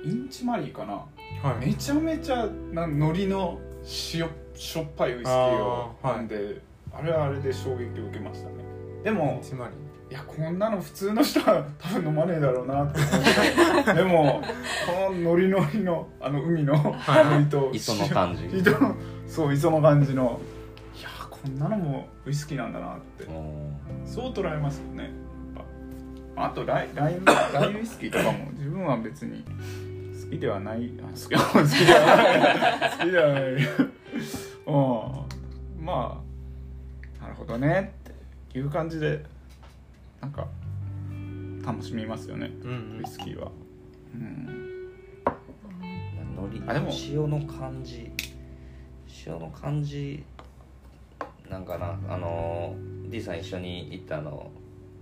インチマリーかな
どは
めちゃめちゃな海苔の塩しょっぱいウイスキーを
あーはい
飲んであ,、れはあれで衝撃を受けましたねでも
つまり
いやこんなの普通の人は多分飲まねえだろうなって思ってでもこの海苔のりのあの海の
はい
海苔と
磯の感じ <laughs>
糸のそう磯の感じのいやこんなのもウイスキーなんだなって
うん
そう捉えますよねやっぱあとライライライウイスキーとかも自分は別に好きではないあ好き好きではない好きではないうんまあなるほどねっていう感じでなんか楽しみますよね
うんうん
ウイスキーはうん
海苔
あでも
塩の感じ塩の感じなんかなあの D さん一緒に行ったあの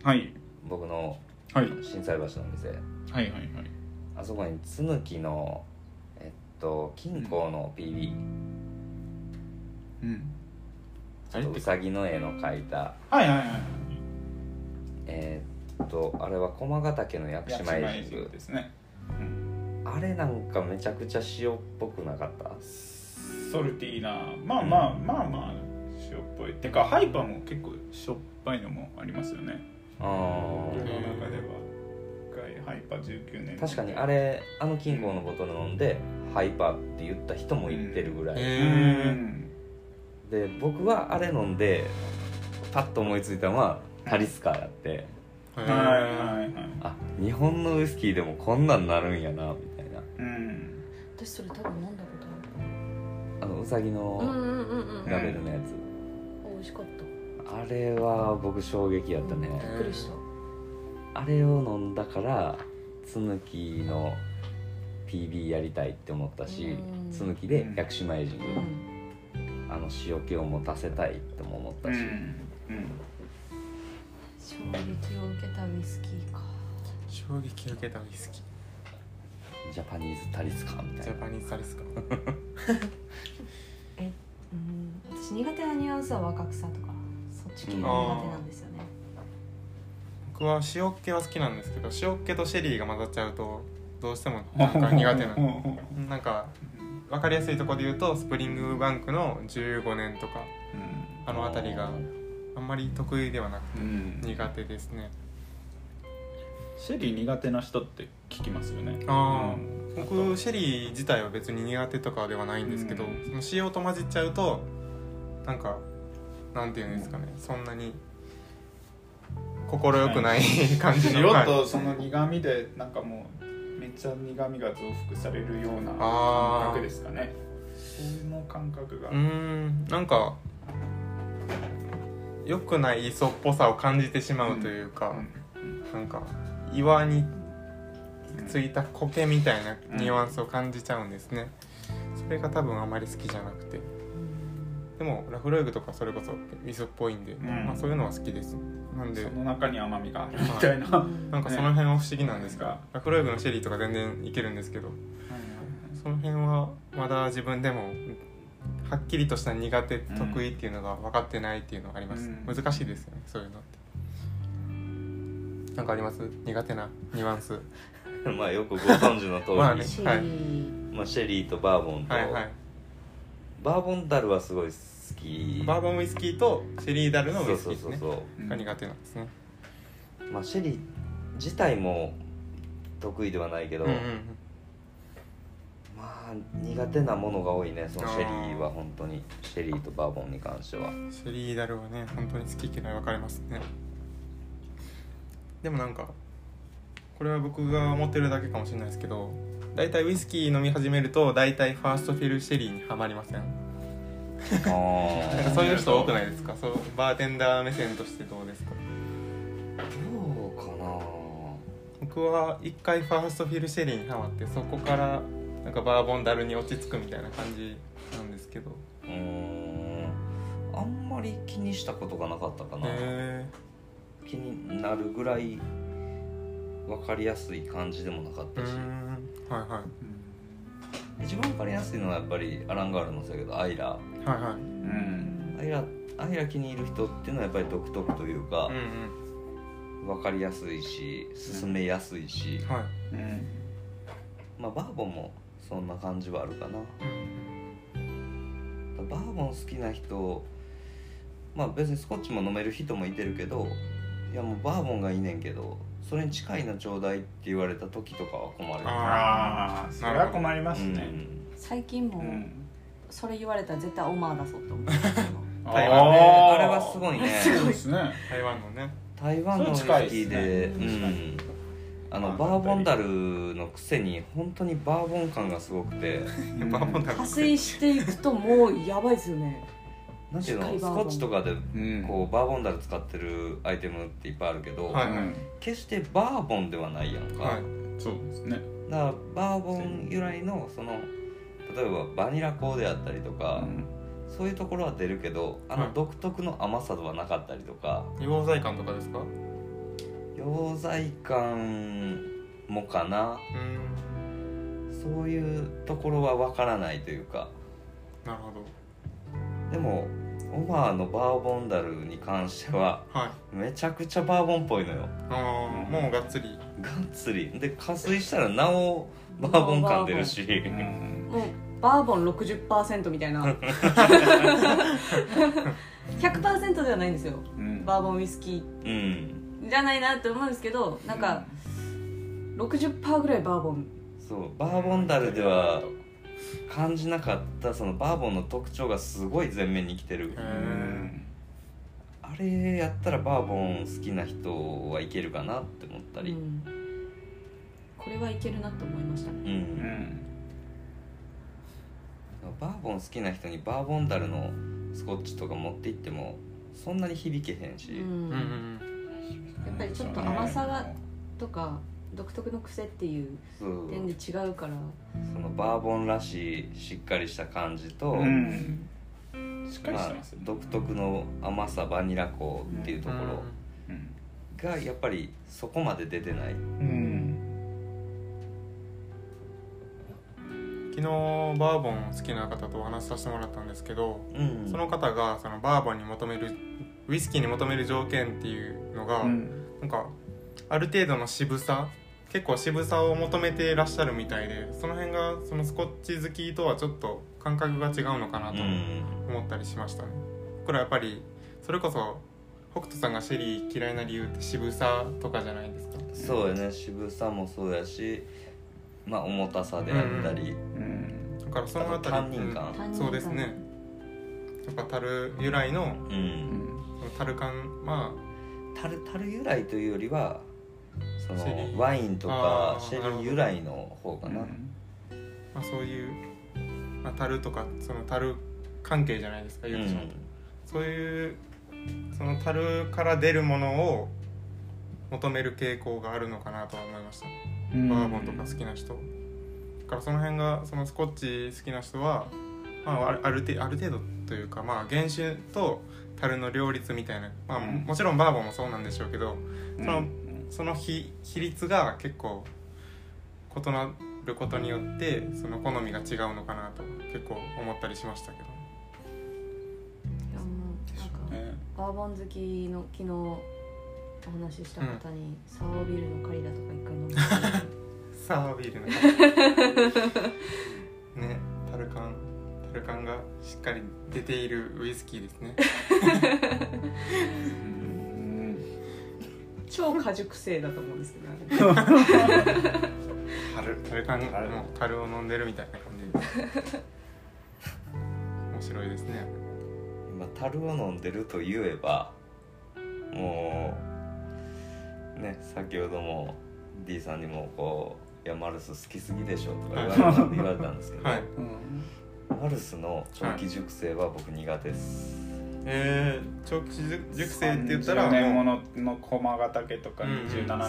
はい
僕の
はい
心斎橋のお店
はいはいはい
あそこにつぬきのえっと金庫の PB、
うん
ちょっとうさぎの絵の描いた
はいはいはい
えーっとあれは駒ヶ岳の薬師前
薬師前
宿
ですね
あれなんかめちゃくちゃ塩っぽくなかった
ソルティーなまあまあ、まあまあ塩っぽいてかハイパーも結構しょっぱいのもありますよね
あー
世
ん
の中では一回ハイパー19年
確かにあれあの金庫のボトル飲んでハイパーって言った人も言ってるぐらい、
う
え
ー
で僕はあれ飲んでパッと思いついたのはタリスカーやって
は
はいいはいはい
あ日本のウイスキーでもこんなんなるんやなみたいな
うん
私それ多分飲んだことあ
あのうさ
る
ぎ
うん
の
うんうんうん
ラベルのやつ、
美味しかった
ああれは僕衝撃やったね、
びっくりした
あれを飲んだからつぬきの PB やりたいって思ったし
うん
つぬきで薬師前神
う
宮、
ん
あの塩気を持たせたいっても思ったし、
うん
衝撃を受けたウイスキーか
衝撃を受けたウイスキー
ジャパニーズタリスカみたい
ジ
な
ャパニーズサリスか
うん私苦手なニュアンスは若草とかそっち系が苦手なんですよね
僕は塩っ気は好きなんですけど塩っ気とシェリーが混ざっちゃうとどうしてもなんか苦手な
<laughs> うん
なんか分かりやすいところで言うとスプリングバンクの15年とかあの辺りがあんまり得意ではなく
うん
苦手ですね
シェリー苦手な人って聞きますよね
あ
うん
僕
あと
シェリー自体は別に苦手とかではないんですけど、
うん
その塩と混じっちゃうとなんかなんていうんですかねそんなに快くない感じの
塩
はい
とその苦味でなんかもうめっちゃ苦味が増幅されるような感
あ
覚
ー
ですかねそういう感覚が
うーんなんか良くない磯っぽさを感じてしまうというか、なんか岩についた苔みたいなニュアンスを感じちゃうんですね、それが多分あまり好きじゃなくてでもラフロイグとかそれこそ水っぽいんで、
ん
まあ、そういうのは好きですなんで
その中に甘みがあるみたいな、はい
なんかその辺は不思議なんですが、
が、
ラフロイグのシェリーとか全然いけるんですけどその辺はまだ自分でもはっきりとした苦手
ん
得意っていうのが分かってないっていうのがあります、
うん
難しいですよねそういうのってなんかあります苦手なニュアンス
<laughs> まあよくご存知の通り、
ま
ま
あ
あ
ね
シェリー
シェリーとバーボンと、
はいはい
バーボンダルはすごい好き
バーボンウイスキーとシェリーダルのウイスキーです
そうそう
ね
そうそう
が苦手なんですね
まあ、シェリー自体も得意ではないけど、
うんうん
まあ苦手なものが多いねそのシェリーは本当にシェリーとバーボンに関しては
シェリーダルはね本当に好き嫌い分かれますねでもなんかこれは僕が思ってるだけかもしれないですけどだいたいウイスキー飲み始めるとだいたいファーストフィルシェリーにはまりません
あー
なんかそういう人多くないですかそうバーテンダー目線としてどうですか
どうかな
僕は一回ファーストフィルシェリーにハマってそこからなんかバーボンダルに落ち着くみたいな感じなんですけど
うーんあんまり気にしたことがなかったかな、
へ
気になるぐらい分かりやすい感じでもなかっ
えう
たし、
んはいは
一番分かりやすいのはやっぱりアランガールのせいけどアイラ
いはいはい
うん
アイラアイラ気に入る人っていうのはやっぱり独特というか、
うんうん
分かりやすいし進めやすいし、
はい
うん
まあバーボンもそんな感じはあるかな
うん
バーボン好きな人まあ別にスコッチも飲める人もいてるけどいやもうバーボンがいいねんけどそれに近いのちょうだいって言われた時とかは困る
あ
ああそれは困ります
う
ね、
ん
最近
う
も
ん
それ言われたら絶対オマーだそうと思ってます
<laughs>
よ
あ
台湾
あれはすごい
<laughs>
ね
すごい
そうですね
台湾のね
台湾のウイスキー
それ
で
近い
ですね
うんあの
あ
バーボンダルのくせに本当にバーボン感がすごくて
バーボンダル
加水していくともうやばいですよね
なんていう
近
の
い
ス
バー
コ
ボン
ッチとかで
うん
こうバーボンダル使ってるアイテムっていっぱいあるけど、
はい
決してバーボンではないやんか、
はい
そうですね
だからバーボン由来のその例えばバニラ香であったりとか、そういうところは出るけどあ
はい
の独特の甘さはなかったりとか
硫黄剤感とかですかう
溶剤感もかな
うん
そういうところはわからないというか
なるほど
でもオマーのバーボンダルに関しては
はい
めちゃくちゃバーボンっぽいのよ
ああもうがっつり
がっつりで加水したらなおバーボン感出るし
うん
もうバーボン60%みたい
<laughs>
な100%ではないんですよ
うん
バーボンウイスキ
うん
ーじゃないなって思うんですけどなんか60%ぐらいバーボン
そうバーボンダルでは感じなかったそのバーボンの特徴がすごい前面に来てる
へ
う
え
ん
あれやったらバーボン好きな人はいけるかなって思った
う
り
んこれはいけるなと思いました
う
ね
ん、
うん
バーボン好きな人にバーボンダルのスコッチとか持って行ってもそんなに響けへんし、
うんうん
やっぱりちょっと甘さがとか独特の癖っていう
そう
点で違うから
そのバーボンらしいしっかりした感じと、
う
うんん
しっかりしてますよ、
独特の甘さバニラ香っていうところ
うん
がやっぱりそこまで出てない、
うん
昨日バーボン好きな方とお話しさせてもらったんですけど、
うん
その方がそのバーボンに求めるウイスキーに求める条件っていうのが、
うん
なんかある程度の渋さ結構渋さを求めてらっしゃるみたいでその辺がそのスコッチ好きとはちょっと感覚が違うのかな
う
と
ん
思ったりしましたね、これはやっぱりそれこそ北斗さんがシェリー嫌いな理由って渋さとかじゃないですか
そうやね渋さもそうやしまあ重たさであったり、
うん
だからそのあたり
あと担任感
うんそうですねやっぱ樽由来の
うん
うん
樽感ま
タルタル由来というよりはそ
シェリー
のワインとか
あー
シェリー由来の方かな、
あ、まあそういう、まあ、樽とかその樽関係じゃないですか
う
言ってしまうと
ん
そういうその樽から出るものを求める傾向があるのかなとは思いました
うん
バーボンとか好きな人だからその辺がそのスコッチ好きな人は、まあ、あるある程ある程度というか、まあ、原酒と樽の両立みたいな、まあ、
うん
もちろんバーボンもそうなんでしょうけど
うん
そのその比比率が結構異なることによってその好みが違うのかなと結構思ったりしましたけど。
いやもうなんか
ね
バーボン好きの昨日お話しした方に、サワービールのカリラとか一回飲んで
サービールのねタルカンタルカンがしっかり出ているウイスキーですね
うん
<laughs> 超果熟性だと思うんですけど、ね、
樽タルカン
樽
もう樽を飲んでるみたいな感じで面白いですね
今樽を飲んでると言えばもうね先ほども D さんにもこう「いやマルス好きすぎでしょ」とか言われた言われたんですけど、
はい
うん
マルスの長期熟成は僕苦手です、
えー、長期熟成って言ったら
30年も
もう
のの駒ヶ岳とか
うん
27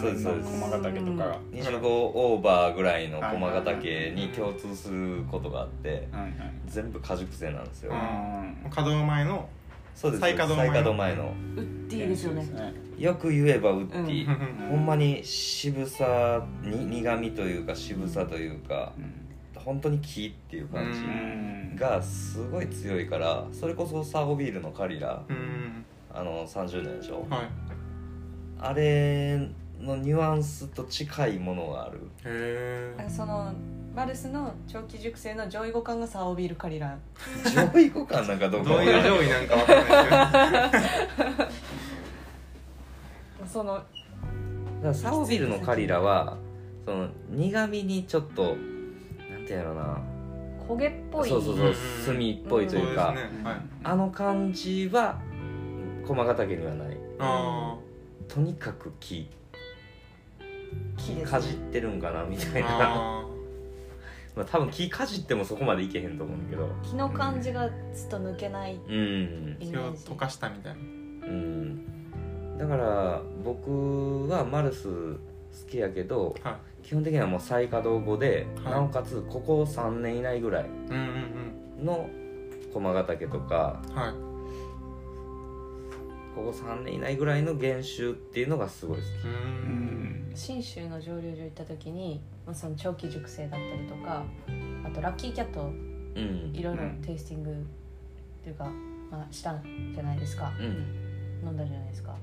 そうで
年
す
の
そうです
駒ヶ岳とかが
25オーバーぐらいの駒ヶ岳に共通することがあって
はいはい
全部果熟成なんですよ、
う
うん
稼働前の
そうです
再稼働前
再稼働前の
ウッディですよね
よく言えばウッディ、
うん
ほんまに渋さに苦味というか渋さというか本当に木っていう感
う
じ、
ん
がすごい強いからそれこそサーゴビールのカリラ
うん
あの30年でしょ、
はい
あれのニュアンスと近いものがある
へ
なん
え
かそのバルスの長期熟成の上位互換がサワービールカリラ
上位互換なんかどうか
どう
わか
い
ら
うん上位なんかわかんないけど
その
だからサオビルのカリラはその苦味にちょっとなんていうのな
焦げっぽい
そうそう
う
そ
ん
う炭っぽいと
そう
いう
ですね
か、
はい
あの感じは駒ヶ岳にはない
あ
とにかく木
木です
か
ね
じってるんかなみた
ー
いな
あ
まあ多分木かじってもそこまでいけへんと思うんだけど
木の感じがずっと抜けない
うん
イメ
ーそれを
ージ
溶かしたみたいな
うんだから僕はマルス好きやけど
は
基本的にはもう再稼働後で、
はい
なおかつここ3年以内ぐらい
いうんうん
の駒ヶ岳とか
うんはい
ここ3年以内ぐらいの減収っていうのがすごい好き
うー
うんん
信州の蒸留所行った時に、まあ、その長期熟成だったりとかあとラッキーキャット
うん
いろいろ
うん
テイスティングっていうか、まあ、したじゃないですか、
うん
飲んだじゃないですか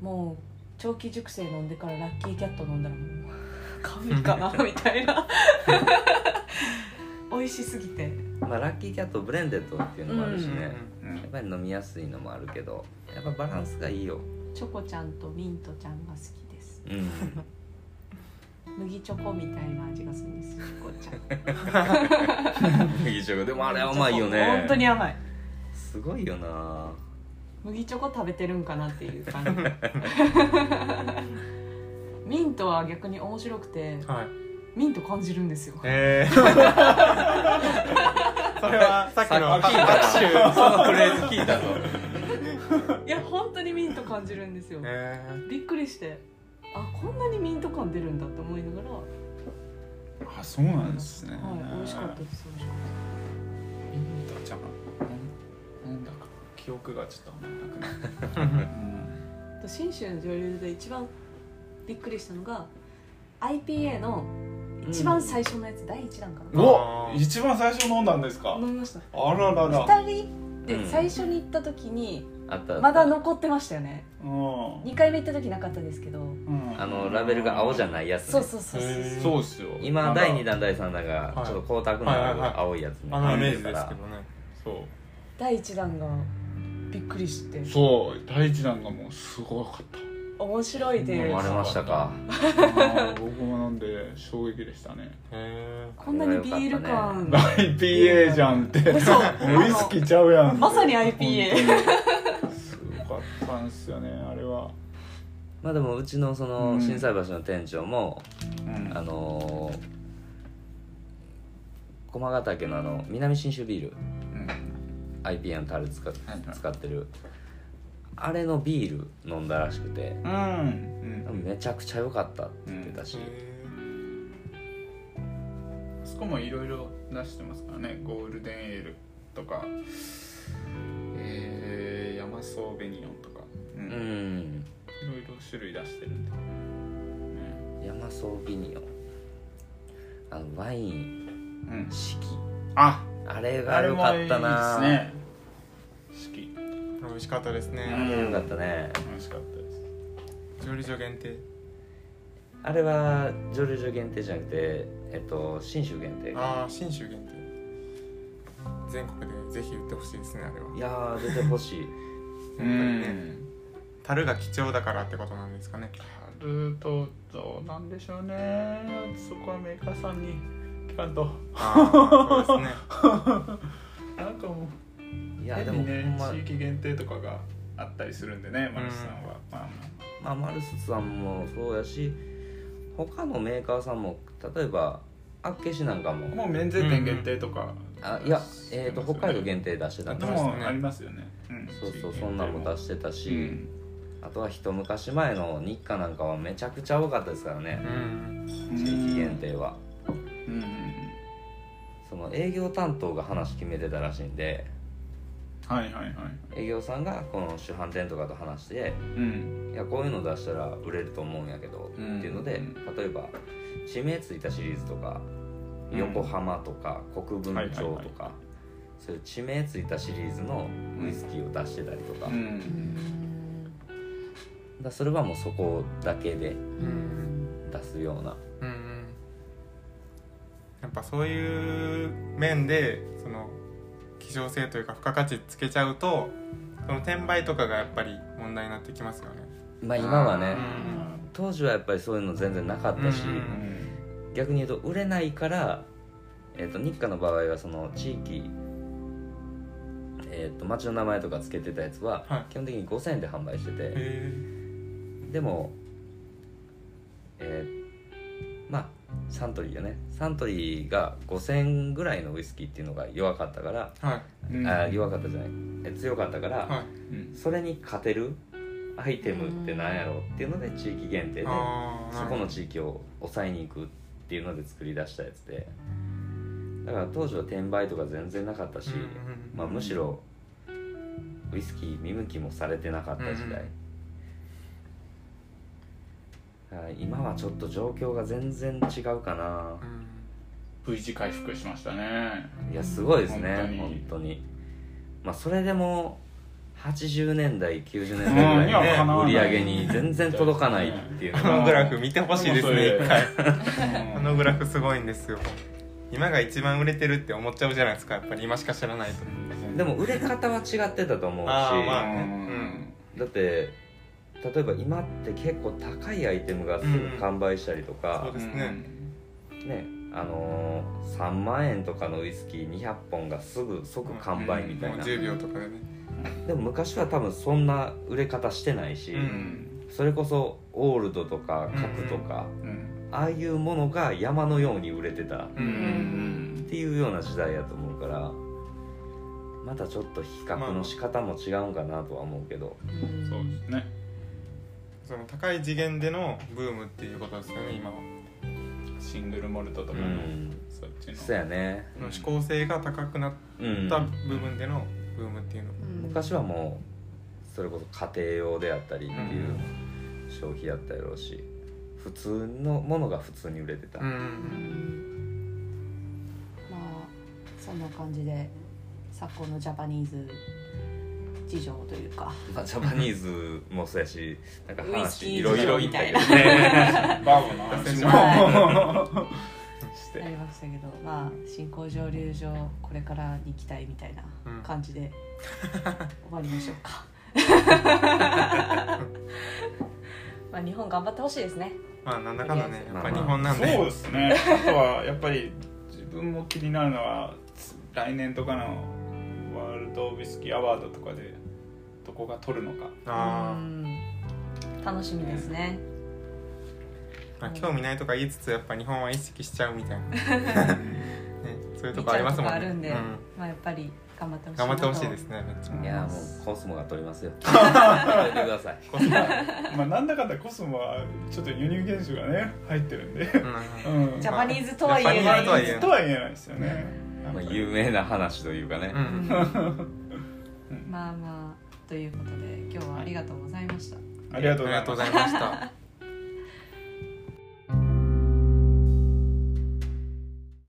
もう長期熟成飲んでからラッキーキャット飲んだらもう <laughs> 神か
<laughs>
なみたいな <laughs> 美味しすぎて
まあラッキーキャットブレンデッドっていうのもあるしね、
うんうん
や
うん
っぱり飲みやすいのもあるけどやっぱバランスがいいよ
チョコちゃんとミントちゃんが好きです
うん <laughs>
麦チョコみたいな味がするんですチョコちゃん
麦チョコで <laughs> もあれ甘いよね
本当に甘い
すごいよな
麦チョコ食べてるんかなっていう感
<laughs>
じミントは逆に面白くて
はい
ミント感じるんですよ
えー、それはさっきの
さっき
拍手
そのフレーズ聞いたぞ
いや本当にミント感じるんですよ
え
びっくりしてあこんなにミント感出るんだって思いながら
あそうなんですね、
はい、美味しかったです美味しかっ
ミントちゃんなんなんだか記憶がちょっとあんまりなくなった
ー
たと信州の上流で一番びっくりしたのが IPA の一番最初のやつ、第1弾か
<laughs> う
な、
ん
あー
お一番最初飲んだんですか
飲みました
あららら
2人で最初に行った時に
あったあった
まだ残ってましたよね
うん
2回目行った時なかったですけど
うん
あのラベルが青じゃないやつ、ね、
そうそうそうそう
へ
そうっすよ
今第2
弾
弾第3弾が
はい
ちょっと光沢
はいはい
の
は
あ
い
る青いやつね
あのイメージですけどね
そ
第1弾がびっくりして
うそう第一弾がもうすごかった
面白いで
飲まれましたか
あー僕も飲んで衝撃でしたね
へ
こんなにビール感、
IPA じゃんってウイ
嘘
スキーちゃうやんって
まさに IPA
本当にすごかったんですよねあれは、
まあでもうちのそうの
ん
心斎橋の店長も、
うん
あのー駒ヶ岳のあの南信州ビール
うん、
IPA のタル使っ
はいはい
使ってるあれのビール飲んだらしくて
うん
めちゃくちゃ良かったって言ってたし、
そこもいろいろ出してますからねゴールデンエールとかえー、ヤマソーベニオンとかうん
う
い
ん
ろいろ種類出してるんで、ね
ヤマソービニオンあのワイン
うん、
四季
あ
あれ
あ
が
れ
良
も
か
い
っ
い
たな
ですね好き
ー美味しかったです
あ
ね
れ良かったね
美味しかったです
調理所限定
あれは蒸留所限定じゃなくてえっと信州限定
ああ信州限定全国でぜひ売ってほしいですねあれはい
やー出てほしい
<laughs> うん
樽が貴重だからってことなんですかね
ルートどうなんでしょうねそこはメーカーさんに聞かんと
ああそうですね
なんかもう
いや
変
でも
に
ほ
ね
んま
地域限定とかがあったりするんでねマルシさんは、まあまあ
まあ、マルスさんもそうやし他のメーカーさんも例えばあっけしなんかも
もう免税店限定とか、
あいや、えー、と北海道限定出してたん
で
で
あ
もありますよね、
そうそうそんなんも出
し
してたし、あとは一昔前の日課なんかはめちゃくちゃ多かったですからね
うん
地域限定は
うんうんうん
その営業担当が話決めてたらしいんで
はいはいはい
営業さんがこの主販店とかと話して
うん
いやこういうの出したら売れると思うんやけど、
うん
っていうので例えば地名ついたシリーズとか
うん
横浜とか国分町とか、
はいはいは
そういう地名ついたシリーズのウイスキーを出してたりとか,、
う
だか
ん
らそれはもうそこだけで
うん
出すような
うんうんやっぱそういう面でその希少性というか付加価値つけちゃうとその転売とかがやっぱり問題になってきますよね
まあ今はね、
ん
当時はやっぱりそういうの全然なかったし、
うんうん
うん
逆に言うと売れないから、えー、と日課の場合はその地域えー、と町の名前とかつけてたやつ
は
はい基本的に5000円で販売してて、
へ
でもえーまあサントリーよねサントリーが5000ぐらいのウイスキーっていうのが弱かったから、
えはい
うん
あー弱かったじゃないえ強かったから、
はい
うん
それに勝てるアイテムってなんやろうっていうので地域限定で
ああ
そこの地域を抑えに行くっていうので作り出したやつでだから当時は転売とか全然なかったし、まあ、むしろウイスキー見向きもされてなかった時代、だから今はちょっと状況が全然違うかな、
V 字回復しましたね
いやすごいですね
本
本
当
当
に
にまあそれでも80年代90年代
うん
ぐ
い
ら
や
い
叶
の
わ
売
ない
り上げに全然届かないって
<laughs>
いうの
こ
が
のグラフ見てほしいですね一回あ
回
のグラフすごいんですよ今が一番売れてるって思っちゃうじゃないですかやっぱり今しか知らないと
でも売れ方は違ってたと思うし
あーまあ
うん
だって例えば今って結構高いアイテムがすぐ完売したりと
そ
か
う、ですね
ねあのー、3万円とかのウイスキー200本がすぐ即完売みた
も
いうな、
10秒とかでね
でも昔は多分そんな売れ方してないし、
う
うんん
それこそオールドとか角とか、
うん
ああいうものが山のように売れてたっ
うん
うん
ていうような時代やと思うからまたちょっと比較の仕方も違うんかなとは思うけど、
うん
そうですね
その高い次元でのブームっていうことですよね今は
シングルモルトとか
う
の、
ん
そっちの
そうやね
の指向性が高くなっ
うん
た部分でのブームっていうの
うん
昔はもうそれこそ家庭用であったりっていう
うん
消費やったやろうし普通のものが普通に売れてた、
うん、
まあそんな感じで昨今のジャパニーズ事情というか
まあ、ジャパニーズもそうやしなんか
ウイスキー
話いろいろ言ったけど
み
ね
バーボンの話もして
なりましたけどまあ新興蒸留所これからに期待みたいな
うん
感じ
<laughs>
で終わりましょうかまあ日本頑張ってほしいですね
まあなんだかんだねやっ
ま
ぱ
あまあ
日本なんで、
そうですねあとはやっぱり自分も気になるのはつ来年とかのワールドウィスキーアワードとかでどこが取るのか
う
あ
ん楽しみですね
ーまあ興味ないとか言いつつやっぱ日本は意識しちゃうみたい
<laughs>
な、ね、そういうとこありますもん
見ちゃうとこあるんで
ね、
まあやっぱり頑張って
う
ほ
ん、
しいな
頑張
と
ってほしいですねめっち
い
ゃ
やもうコスモが取りますよ取ってください
コスパ
まあなんだかんだコスモはちょっと輸入原酒がね入ってるんで、
う
うんん、
ジャパニーズとは言え
ま
な
あ
い
ジャパニーズとは言えない
とは言えないですよね、やっ
ま
ぱ
あ、
り
有名な話というかね、
うん
まあまあということで今日はありがとうございました
ありが
あ
とう
り
ござい
が
ま
とう
す
ございました